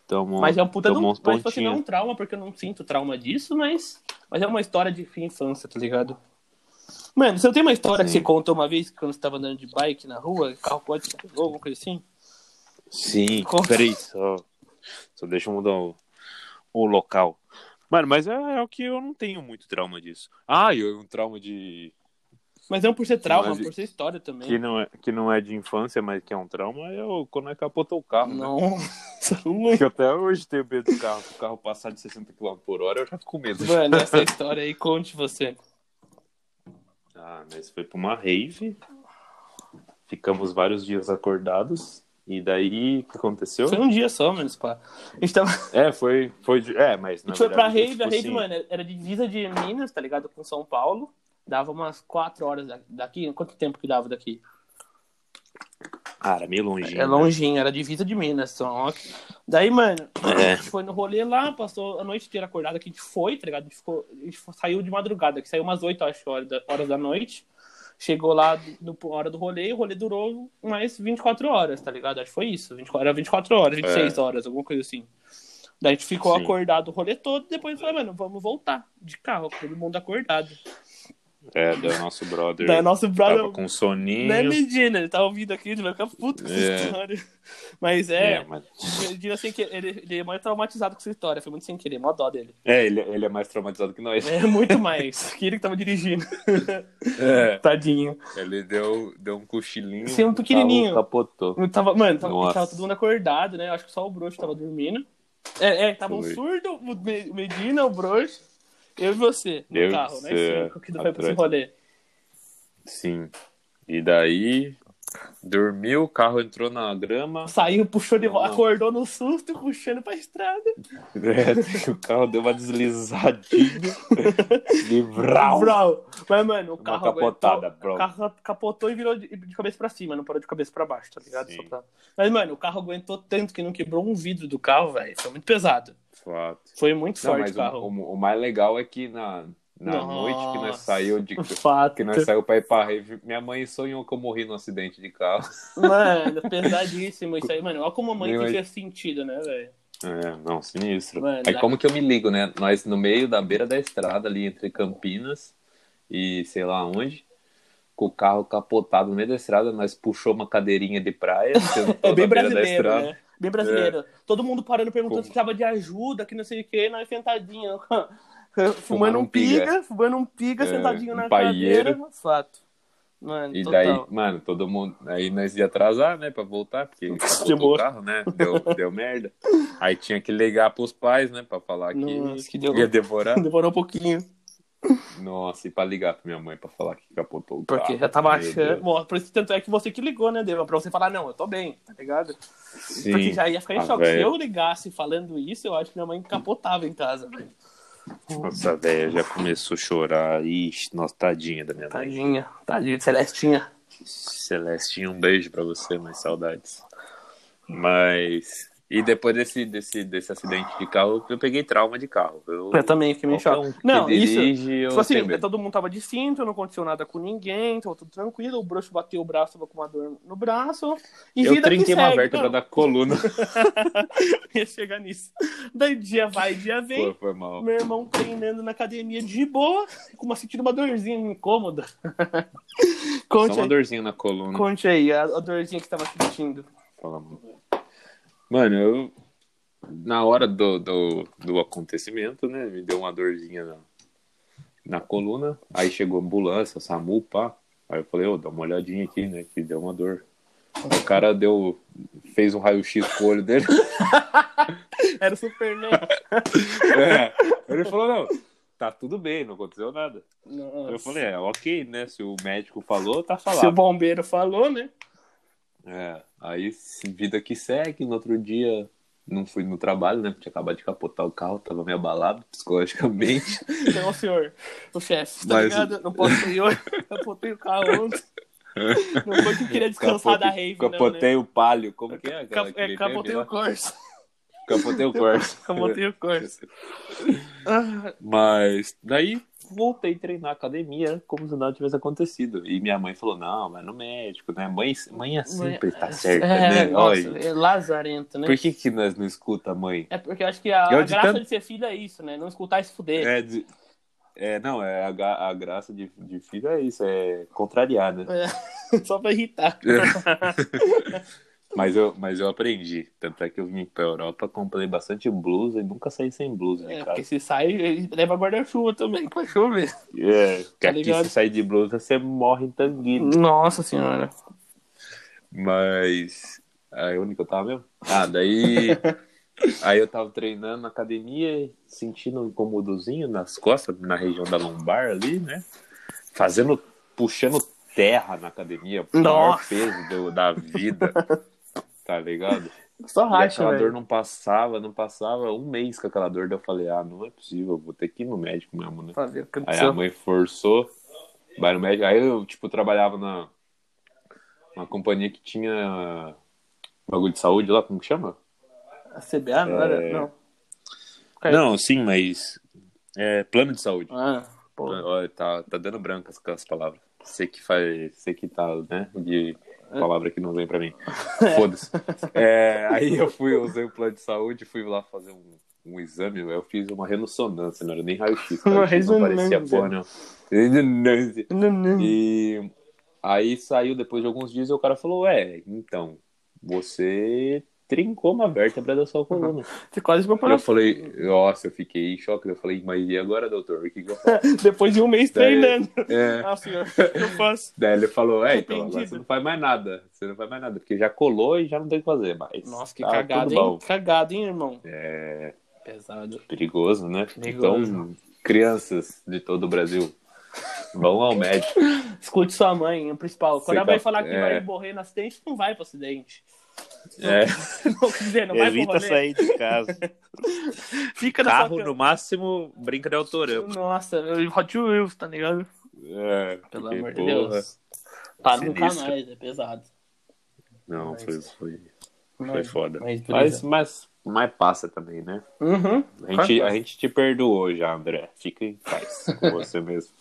B: Tomou,
A: Mas é um puta de um,
B: tomou uns
A: mas, tipo assim, não é um
B: pontinhos.
A: trauma, porque eu não sinto trauma disso, mas, mas é uma história de fim infância, tá ligado? Mano, você tem uma história que
B: Sim.
A: você contou uma vez, que quando você tava andando de bike na rua, o carro pode te pegou, alguma coisa assim?
B: Sim,
A: Conta.
B: peraí, só, só deixa eu mudar o, o local. Mano, mas é, é o que eu não tenho muito trauma disso. Ah, eu um trauma de.
A: Mas não por ser trauma,
B: Mas-
A: por ser história também.
B: Que não, é, que não é de infância, mas que é um trauma, é o- quando é capotou o carro, né?
A: Nossa,
B: Que eu até hoje tenho medo do carro. Se o carro passar de 60 km por hora, eu já fico com medo.
A: mano, essa história aí, conte você.
B: Ah, mas foi pra uma rave. Ficamos vários dias acordados. E daí, o que aconteceu?
A: Foi um dia só, mano, pá. A gente tava
B: É, foi. foi de- é, mas.
A: A
B: Na
A: gente foi pra
B: verdade,
A: Rave,
B: tipo
A: a Rave,
B: assim,
A: mano, era divisa de Minas, tá ligado? Com São Paulo. Dava umas 4 horas da- daqui. Quanto tempo que dava daqui?
B: Cara, meio longinho.
A: É
B: né?
A: longinho, era divisa de Minas. Só... Daí, mano,
B: É.
A: a gente foi no rolê lá, passou a noite inteira acordada que a gente foi, tá ligado? A gente, ficou, a gente fo- saiu de madrugada, que saiu umas 8 acho, horas, da, horas da noite. Chegou lá no, na hora do rolê, o rolê durou mais 24 horas, tá ligado? Acho que foi isso. 24, era 24 horas, 26 horas, alguma coisa assim. Daí a gente ficou
B: É. Sim.
A: acordado o rolê todo, depois falou, mano, vamos voltar de carro, todo mundo acordado.
B: É, daí o nosso brother
A: Daí nosso brother,
B: tava com soninho.
A: né, Medina, ele tá ouvindo aqui, ele vai ficar puto com essa
B: É.
A: história. Mas
B: é,
A: é,
B: mas-
A: Medina sem querer, ele, ele é mais traumatizado com essa história, foi muito sem querer, mó dó dele.
B: é, ele, ele é mais traumatizado que nós.
A: É muito mais, que ele que tava dirigindo,
B: É.
A: tadinho.
B: Ele deu, deu um cochilinho.
A: Sim, um pequenininho.
B: o carro Capotou.
A: Eu tava, mano, tava,
B: Nossa.
A: tava todo mundo acordado, né, eu acho que só o Broxo tava dormindo. É, é, tava um
B: Foi.
A: surdo, o Me- Medina, o Broxo, eu e você, no
B: Eu e
A: carro, né,
B: você,
A: cinco, que foi pra esse
B: atrás.
A: rolê.
B: Sim. E daí. Dormiu, o carro entrou na grama.
A: Saiu, puxou de volta,
B: Não.
A: acordou no susto, puxando pra estrada.
B: É, o carro deu uma deslizadinha. Livral.
A: Brau. Mas, mano, o
B: Uma
A: carro
B: capotada,
A: aguentou-
B: brau.
A: O carro capotou e virou de, de cabeça pra cima, não parou de cabeça pra baixo, tá ligado?
B: Sim.
A: Só pra- Mas, mano, o carro aguentou tanto que não quebrou um vidro do carro, velho. Foi muito pesado.
B: Fato.
A: Foi muito
B: Não,
A: forte
B: mas um
A: o
B: o,
A: carro.
B: o- o mais legal é que na, na
A: Nossa.
B: noite que nós saiu de.
A: Fato.
B: Que é nós saiu pra ir pra rave, minha mãe sonhou que eu morri num acidente de carro.
A: Mano, pesadíssimo isso aí, mano. Olha como a mãe
B: Meu,
A: que
B: aí-
A: tinha sentido, né, velho?
B: É, não, sinistro.
A: Mano,
B: Aí
A: dá-
B: como que eu me ligo, né? Nós no meio da beira da estrada ali entre Campinas e sei lá onde, com o carro capotado no meio da estrada, nós puxou uma cadeirinha de praia, sentou
A: É bem
B: na beira da
A: brasileiro,
B: estrada.
A: né? Bem
B: É.
A: brasileiro. Todo mundo parando perguntando
B: Como?
A: se precisava de ajuda, que não sei o que, nós sentadinho. Fumando
B: Fumando
A: um
B: um piga.
A: piga, fumando um piga,
B: É,
A: sentadinho
B: um
A: na
B: paieiro.
A: cadeira. Fato. Mano,
B: E
A: total.
B: daí, mano, todo mundo. Aí nós ia atrasar, né, pra voltar, porque capotou
A: boa.
B: o carro, né? Deu, deu merda. Aí tinha que ligar pros pais, né, pra falar
A: Nossa,
B: que,
A: que deu-
B: ia devorar.
A: Demorou um pouquinho.
B: Nossa, e pra ligar pra minha mãe pra falar que capotou o carro.
A: Porque já tava
B: Ah, Meu
A: achando.
B: Deus.
A: Bom, por isso tanto é que você que ligou, né, Deva? Pra você falar, não, eu tô bem, tá ligado?
B: Sim.
A: Porque já ia ficar em
B: Ah,
A: choque. Se
B: velho.
A: eu ligasse falando isso, eu acho que minha mãe capotava em casa, velho.
B: Nossa, velha já começou a chorar. Ixi, nossa, tadinha da minha mãe.
A: Tadinha, tadinha, de Celestinha.
B: Celestinha, um beijo pra você, mas saudades. Mas. E depois desse, desse, desse acidente de carro, eu peguei trauma de carro. Eu,
A: Eu também fiquei meio
B: qualquer
A: chato.
B: um que
A: Não, isso.
B: dirige, eu
A: Tipo assim,
B: tenho medo.
A: todo mundo tava de cinto, não aconteceu nada com ninguém, tava tudo tranquilo. O bruxo bateu o braço, tava com uma dor no braço. E
B: Eu
A: vida que
B: trinquei uma
A: segue,
B: vértebra
A: não.
B: da coluna.
A: Ia chegar nisso. Daí dia vai, dia vem.
B: Pô, foi mal.
A: Meu irmão treinando na academia de boa, com uma sentindo uma dorzinha incômoda.
B: Só
A: conte,
B: uma
A: aí,
B: dorzinha né? na coluna.
A: conte aí, a, a dorzinha que tava sentindo.
B: Fala, mano. Mano, eu. Na hora do, do, do acontecimento, né? Me deu uma dorzinha na, na coluna. Aí chegou a ambulância, SAMU, pá. Aí eu falei, ô, dá uma olhadinha aqui, né? Que deu uma dor. Aí o cara deu. Fez um raio-x com o olho dele.
A: Era o Superman.
B: É. Ele falou, não, tá tudo bem, não aconteceu nada.
A: Nossa.
B: Eu falei, é, ok, né? Se o médico falou, tá
A: Se o
B: falado.
A: bombeiro falou, né?
B: É, aí se- vida que segue, no outro dia não fui no trabalho, né? Tinha acabado de capotar o carro, tava meio abalado psicologicamente.
A: Então, o senhor, o chefe, tá
B: Mas-
A: ligado? Não posso ir hoje, eu botei o carro ontem. Não foi que eu queria descansar da rave, né,
B: capotei o palio, como que é?
A: não, né?
B: aquela
A: Cap-
B: que
A: é, capotei
B: teve
A: o
B: lá?
A: Corsa.
B: Capotei o Corsa.
A: Capotei o Corsa.
B: Tá
A: Ah,
B: Mas daí voltei a treinar academia como se nada tivesse acontecido. E minha mãe falou, não, vai no médico, né? Mãe, mãe é sempre tá certa,
A: é,
B: né?
A: nossa,
B: Olha,
A: é lazarento, né?
B: por que que nós não escuta a mãe?
A: É porque eu acho que a,
B: Eu
A: a
B: de
A: graça
B: tanto-
A: de ser filho é isso, né? Não escutar e se fuder.
B: É, de- é, não, é a, ga- a graça de, de filho é isso, é contrariar, né?
A: É, Só pra irritar.
B: Mas eu, mas eu aprendi. Tanto é que eu vim pra Europa, comprei bastante blusa e nunca saí sem blusa de
A: É,
B: casa.
A: porque se sai, ele leva guarda-chuva também, pra chover.
B: É, porque aqui
A: tá ligado?
B: se sair de blusa, você morre em tanguinho.
A: Nossa senhora.
B: Mas. Aí onde que eu tava mesmo? Ah, daí. aí eu tava treinando na academia, sentindo um incomodozinho nas costas, na região da lombar ali, né? Fazendo. puxando terra na academia, o maior
A: Nossa!
B: peso do- da vida. Tá ligado?
A: Só
B: E
A: racha,
B: aquela dor
A: velho.
B: não passava, não passava um mês com aquela dor. Daí eu falei, ah, não é possível, eu vou ter que ir no médico mesmo, né?
A: Pra ver o que
B: Aí a
A: aconteceu.
B: mãe forçou, vai no médico. Aí eu, tipo, trabalhava na uma companhia que tinha bagulho de saúde lá, como que chama?
A: A CBA não era?
B: É.
A: Não. É.
B: Não, sim, mas é plano de saúde.
A: Ah, pô.
B: Olha, tá, tá dando brancas com as palavras. Você que faz, você que tá, né, de
A: É.
B: palavra que não vem pra mim. Foda-se. É, aí eu fui, eu usei o plano de saúde, fui lá fazer um, um exame, eu fiz uma ressonância, não era nem raio-x,
A: Uma
B: raio-x não parecia
A: ressonância.
B: porra, não. Ressonância.
A: Não, não.
B: E aí saiu depois de alguns dias e o cara falou, ué, então, você trincou uma vértebra da sua coluna.
A: Você quase ficou
B: Eu
A: para
B: falei, nossa, eu fiquei em choque, eu falei, mas e agora, doutor, o que que eu faço?
A: Depois de um mês
B: Daí-
A: treinando.
B: É,
A: Ah, senhor, o que eu faço?
B: Daí ele falou, é, então, agora
A: Arrependido.
B: você não faz mais nada. Você não faz mais nada, porque já colou e já não tem o que fazer mais.
A: Nossa, que
B: Tá
A: cagada,
B: tudo
A: hein?
B: bom.
A: Cagada, hein, irmão?
B: É
A: Pesado.
B: perigoso, né?
A: Perigoso.
B: Então, crianças de todo o Brasil, vão ao médico.
A: Escute sua mãe, é o principal. Quando
B: Sei
A: ela vai
B: que-
A: falar que
B: é.
A: vai morrer no acidente, não vai pro acidente.
B: É,
A: Não, quer dizer, não vai pro
B: evita
A: rolê.
B: sair de casa.
A: Fica na
B: Carro,
A: sua
B: no
A: cama.
B: máximo, brinca de autorama.
A: Nossa, Hot Wheels, tá ligado?
B: É,
A: Pelo
B: porque,
A: amor de
B: porra,
A: Deus. Tá nunca
B: Sinistro.
A: mais, é pesado.
B: Não, foi, foi, foi
A: Mas-
B: foda.
A: mas
B: Mas,
A: beleza.
B: mas, mas passa também, né?
A: Uhum.
B: A gente, a gente te perdoou já, André. Fica em paz com você mesmo.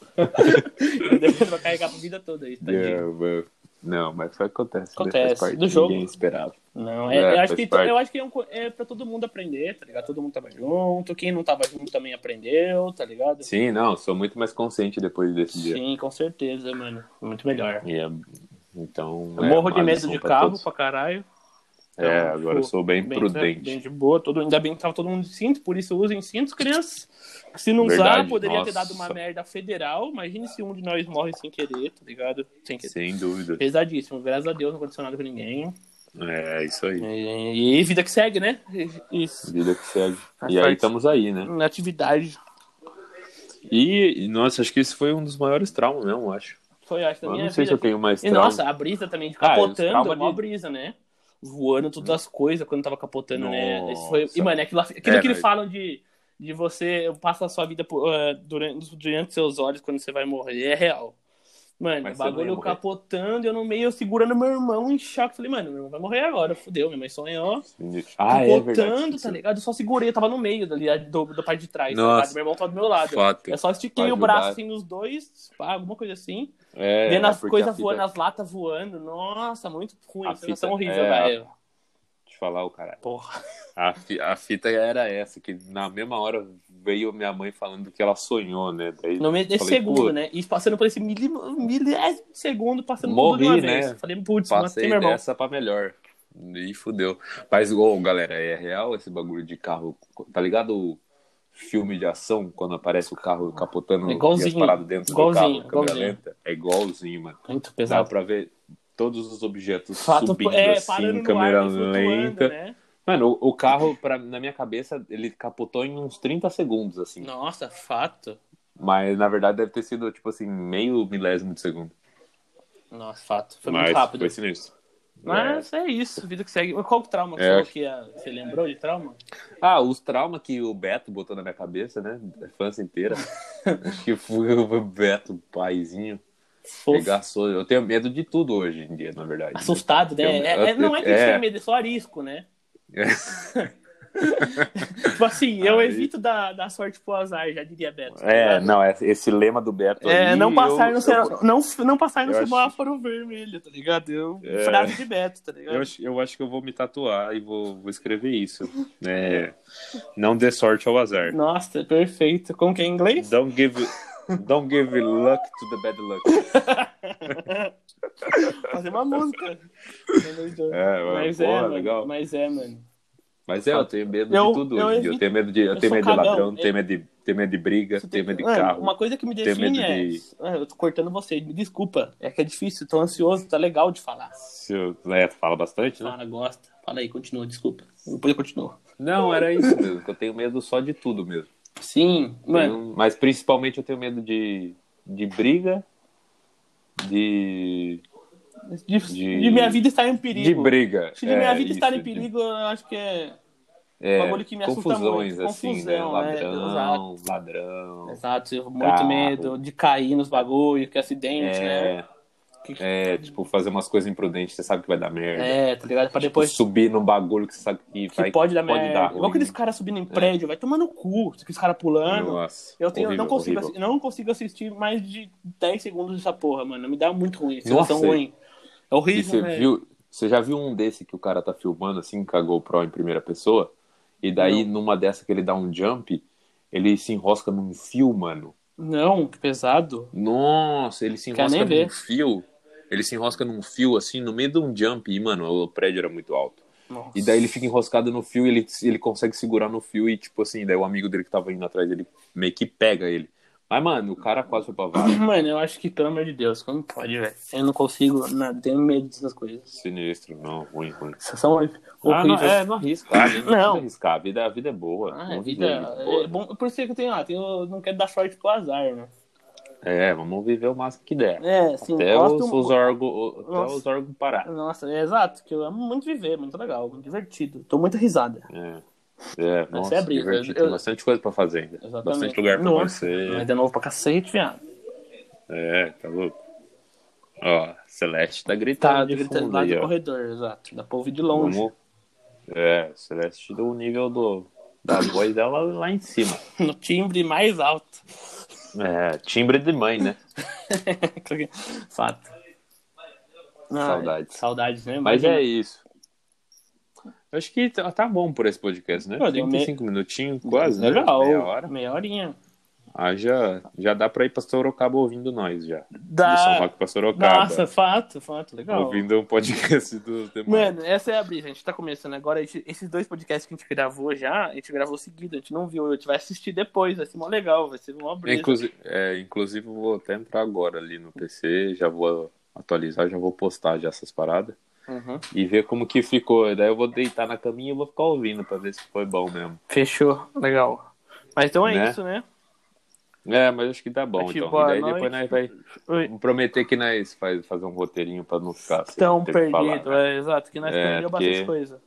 A: Vai carregar a vida toda aí, tá
B: Yeah, well, Não, mas isso acontece. né?
A: Acontece,
B: Faz parte,
A: do jogo.
B: Ninguém esperava.
A: Não, é,
B: É,
A: eu,
B: faz
A: acho que,
B: parte.
A: eu acho que é, um, co- é pra todo mundo aprender, tá ligado? Todo mundo tava junto, quem não tava junto também aprendeu, tá ligado?
B: Sim, não, sou muito mais consciente depois desse dia.
A: Sim, com certeza, mano. Muito melhor.
B: E é- então,
A: Eu
B: é
A: morro de
B: uma
A: medo
B: lição
A: de
B: pra
A: carro
B: todos.
A: pra caralho.
B: É,
A: Então,
B: agora eu
A: tipo,
B: sou bem,
A: Bem,
B: prudente.
A: bem de boa, todo, ainda bem que tava todo mundo de cinto, por isso usem cintos, crianças. Se não usar,
B: Verdade,
A: poderia ter
B: nossa.
A: dado uma merda federal. Imagine se um de nós morre sem querer, tá ligado? Sem querer.
B: Sem dúvida.
A: Pesadíssimo, graças a Deus, não aconteceu nada com ninguém.
B: É, isso aí.
A: E, e vida que segue, né? Isso.
B: Vida que segue.
A: Faz
B: E aí
A: parte.
B: estamos aí, né?
A: Na atividade.
B: E, e, nossa, acho que isso foi um dos maiores traumas mesmo, acho.
A: Foi, acho,
B: Eu
A: também.
B: não
A: minha
B: sei se
A: vida.
B: eu tenho mais
A: E
B: trauma.
A: nossa, a brisa também de
B: Ah, os
A: capotando,
B: trauma
A: é uma
B: de- Hum.
A: brisa, né? Voando todas as coisas quando tava capotando, né? Isso foi...
B: Nossa.
A: E, mano, aquilo, aquilo
B: É,
A: que eles
B: mas-
A: falam de de você passar a sua vida por, ah, durante, durante seus olhos quando você vai morrer. É real. Mano, o
B: Mas você não ia
A: bagulho
B: morrer.
A: capotando, eu no meio segurando meu irmão em choque. Falei, mano, meu irmão vai morrer agora, fudeu, minha mãe sonhou.
B: Ah, é
A: capotando,
B: verdade.
A: tá ligado? Eu só segurei, eu tava no meio dali, do, da parte de trás. tá
B: Nossa.
A: ligado? meu irmão tava do meu lado.
B: Fato.
A: Eu só estiquei
B: Pra
A: o braço
B: ajudar.
A: assim nos dois, pá, alguma coisa assim.
B: É,
A: vendo as
B: porque a
A: coisas
B: fita-
A: voando, as latas voando. Nossa, muito ruim,
B: A
A: sensação
B: fita-
A: horrível,
B: é,
A: velho.
B: Deixa eu falar o caralho.
A: Porra.
B: A, fi- a fita era essa, que na mesma hora veio minha mãe falando que ela sonhou, né? Daí
A: No meio desse
B: falei,
A: segundo,
B: "Pô,
A: né? E passando por esse mili- milésimo de segundo, passando
B: Morri,
A: tudo de uma
B: né?
A: vez. Falei, putz, matei
B: Passei
A: é meu irmão.
B: dessa pra melhor. E fudeu. Mas, ô, galera, é real esse bagulho de carro. Tá ligado o filme de ação, quando aparece o carro capotando
A: É igualzinho.
B: e as paradas dentro
A: Igualzinho,
B: do carro, câmera
A: igualzinho.
B: lenta? É igualzinho, mano.
A: Muito
B: Dá
A: pesado.
B: pra ver todos os objetos
A: Fato,
B: subindo
A: é, parando
B: assim,
A: no
B: câmera
A: ar e flutuando,
B: lenta.
A: né?
B: Mano, o, o carro, pra, na minha cabeça, ele capotou em uns 30 segundos, assim.
A: Nossa, fato.
B: Mas na verdade deve ter sido, tipo assim, meio milésimo de segundo.
A: Nossa, fato. Foi
B: Mas
A: muito rápido.
B: Foi sinistro.
A: Mas é isso, vida que segue. Qual o trauma que
B: É.
A: você falou que ia- você lembrou de trauma?
B: É. Ah, os traumas que o Beto botou na minha cabeça, né? A infância inteira. Acho que foi o Beto, o paizinho.
A: Fofo.
B: Regaçou. Eu tenho medo de tudo hoje em dia, na verdade.
A: Assustado, né?
B: Eu- eu-
A: É- é- não é que
B: é.
A: tinha medo, é só arisco, né?
B: É.
A: Tipo assim, eu
B: Aí.
A: evito dar, dar sorte pro azar, já diria Beto. tá
B: É, não, é- esse lema do Beto.
A: É,
B: ali,
A: não passar
B: eu-
A: no, sero- não, não passar no
B: eu acho-
A: semáforo vermelho, tá ligado? Eu,
B: É.
A: Frase de Beto, tá ligado?
B: Eu, acho- eu acho que eu vou me tatuar e vou, vou escrever isso. É, não dê sorte ao azar.
A: Nossa, perfeito. Como que é em inglês?
B: Don't give, don't give luck to the bad luck.
A: Fazer uma música.
B: É,
A: mas
B: porra,
A: é, mano.
B: legal.
A: Mas é, mano.
B: Mas é, eu tenho medo
A: Eu-
B: de tudo
A: eu
B: hoje. em dia. Eu,
A: evito-
B: tenho medo de, eu
A: eu
B: tenho
A: sou
B: medo de
A: cagão,
B: ladrão,
A: eu-
B: tenho medo de, tenho medo de briga,
A: Você tem-
B: tenho medo de
A: Mano,
B: carro.
A: Uma coisa que me
B: tenho
A: define
B: medo
A: é.
B: de-
A: Ah, Eu tô cortando você, me desculpa. É que é difícil, tô ansioso, tá legal de falar.
B: Se eu- é, tu fala bastante, né?
A: Fala, gosta. Fala aí, continua, desculpa. Depois eu continuo.
B: Não, era isso mesmo. que Eu tenho medo só de tudo mesmo.
A: Sim, mano.
B: Tenho- mas principalmente eu tenho medo de, de briga, de.
A: De,
B: De-
A: de minha vida estar em perigo.
B: De briga.
A: Se de minha
B: é,
A: vida
B: isso,
A: estar em
B: de-
A: perigo, eu acho que é.
B: é,
A: bagulho que me assusta
B: confusões,
A: muito,
B: assim,
A: confusão,
B: né?
A: é,
B: Ladrão, ladrão.
A: Exato, eu muito
B: Carro.
A: medo de cair nos bagulhos, que acidente, né?
B: É, é, tipo, fazer umas coisas imprudentes, você sabe que vai dar merda.
A: É, tá ligado? Pra depois.
B: subir num bagulho que você sabe que,
A: que
B: Tipo assim, vai,
A: pode dar merda. Igual
B: ruim. É.
A: aqueles caras subindo em prédio, vai tomando cu, aqueles caras pulando.
B: Nossa,
A: Eu tenho,
B: horrível,
A: não, consigo,
B: horrível.
A: assi- não consigo assistir mais de 10 segundos dessa porra, mano. Me dá muito ruim.
B: Nossa.
A: Sensação ruim. É
B: E
A: horrível,
B: você
A: velho.
B: viu, você já viu um desse que o cara tá filmando assim, com a GoPro em primeira pessoa? E daí numa dessa que ele dá um jump, ele se enrosca num fio, mano.
A: Não, que pesado.
B: Nossa, ele se
A: Quer nem
B: enrosca num
A: ver.
B: fio. Ele se enrosca num fio assim, no meio de um jump, e mano, o prédio era muito alto.
A: Nossa.
B: E daí ele fica enroscado no fio, ele, ele consegue segurar no fio e, tipo assim, daí o amigo dele que tava indo atrás dele meio que pega ele. Mas, mano, o cara quase foi pra vaga.
A: Mano, eu acho que, pelo amor de Deus, como pode, velho? Eu não consigo, nada, tenho medo dessas coisas.
B: Sinistro, não, ruim, ruim.
A: Vocês são horríveis.
B: Ah, não, é, não arrisca. Não,
A: Não.
B: não arriscar. A vida, a vida é boa.
A: Ah,
B: vamos
A: vida,
B: viver a vida boa.
A: é bom, por isso que eu tenho, ah, tenho- não quero dar sorte pro azar, né?
B: É, vamos viver o máximo que der.
A: É, assim,
B: até
A: gosto
B: os,
A: mu-
B: os órgãos até
A: Nossa.
B: os órgãos parar.
A: Nossa, é exato, que eu amo muito viver, muito legal, muito divertido. Tô muito risada.
B: É, é nossa,
A: é brisa,
B: divertido.
A: eu-
B: Tem bastante coisa pra fazer ainda.
A: Exatamente.
B: Bastante lugar pra
A: Nossa,
B: você.
A: Mas de novo pra cacete, viado.
B: É, tá louco. Ó, Celeste tá
A: Tá,
B: gritando de
A: gritando
B: fundo
A: lá
B: aí,
A: do
B: ó.
A: corredor, exato. Dá pra ouvir de longe.
B: Vamos... É, Celeste deu o nível do, da voz dela lá em cima.
A: No timbre mais alto.
B: É, timbre de mãe, né?
A: Fato. Ah,
B: Saudades.
A: Saudades, né?
B: Mas
A: Imagina.
B: é isso. Eu acho que tá tá bom por esse podcast, né?
A: Pô, deu
B: 35 minutinhos, quase. né?
A: Legal.
B: Meia hora.
A: Meia horinha.
B: Ah, já, já dá pra ir pra Sorocaba ouvindo nós já.
A: Dá.
B: De São Roque pra Sorocaba.
A: Nossa, fato, fato, legal.
B: é ouvindo um podcast do demais.
A: Mano, essa é a brisa. A gente tá começando agora. a gente- esses dois podcasts que a gente gravou já, a gente gravou seguido, a gente não viu. A gente vai assistir depois, vai ser mó legal, vai ser mó brisa.
B: Inclusive, é, inclusive, eu vou até entrar agora ali no PC, já vou atualizar, já vou postar já essas paradas
A: Uhum.
B: e ver como que ficou. Daí eu vou deitar na caminha e vou ficar ouvindo pra ver se foi bom mesmo.
A: Fechou, legal. Mas então é
B: Né?
A: isso, né?
B: É, mas acho que tá bom
A: Ativou
B: então. E daí
A: a
B: depois
A: tipo, noite.
B: nós vai
A: Oi.
B: prometer que nós faz fazer um roteirinho pra não ficar sem
A: Tão
B: ter o que falar,
A: perdido,
B: né?
A: é exato, que nós
B: É,
A: perdemos
B: porque-
A: bastante coisa.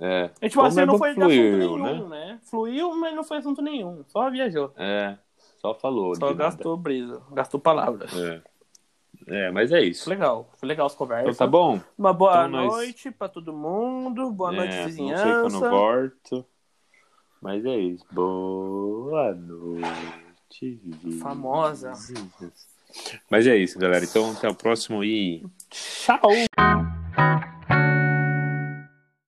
B: É.
A: É tipo,
B: Como
A: assim,
B: é
A: não
B: bom
A: foi
B: que
A: assunto
B: fluiu,
A: nenhum, né? Fluiu, mas não foi assunto nenhum. Só viajou.
B: É, só falou.
A: Só
B: de nada.
A: gastou brisa. Gastou palavras.
B: É. é, mas é isso.
A: Legal. Foi legal as
B: Então
A: conversas.
B: tá bom?
A: Uma boa
B: Então nós-
A: noite pra todo mundo. Boa
B: É,
A: noite,
B: Não sei quando
A: vizinhança.
B: eu volto. Mas é isso. Boa noite.
A: Famosa.
B: vizinhança. Mas é isso, galera. Então até o próximo e.
A: Tchau.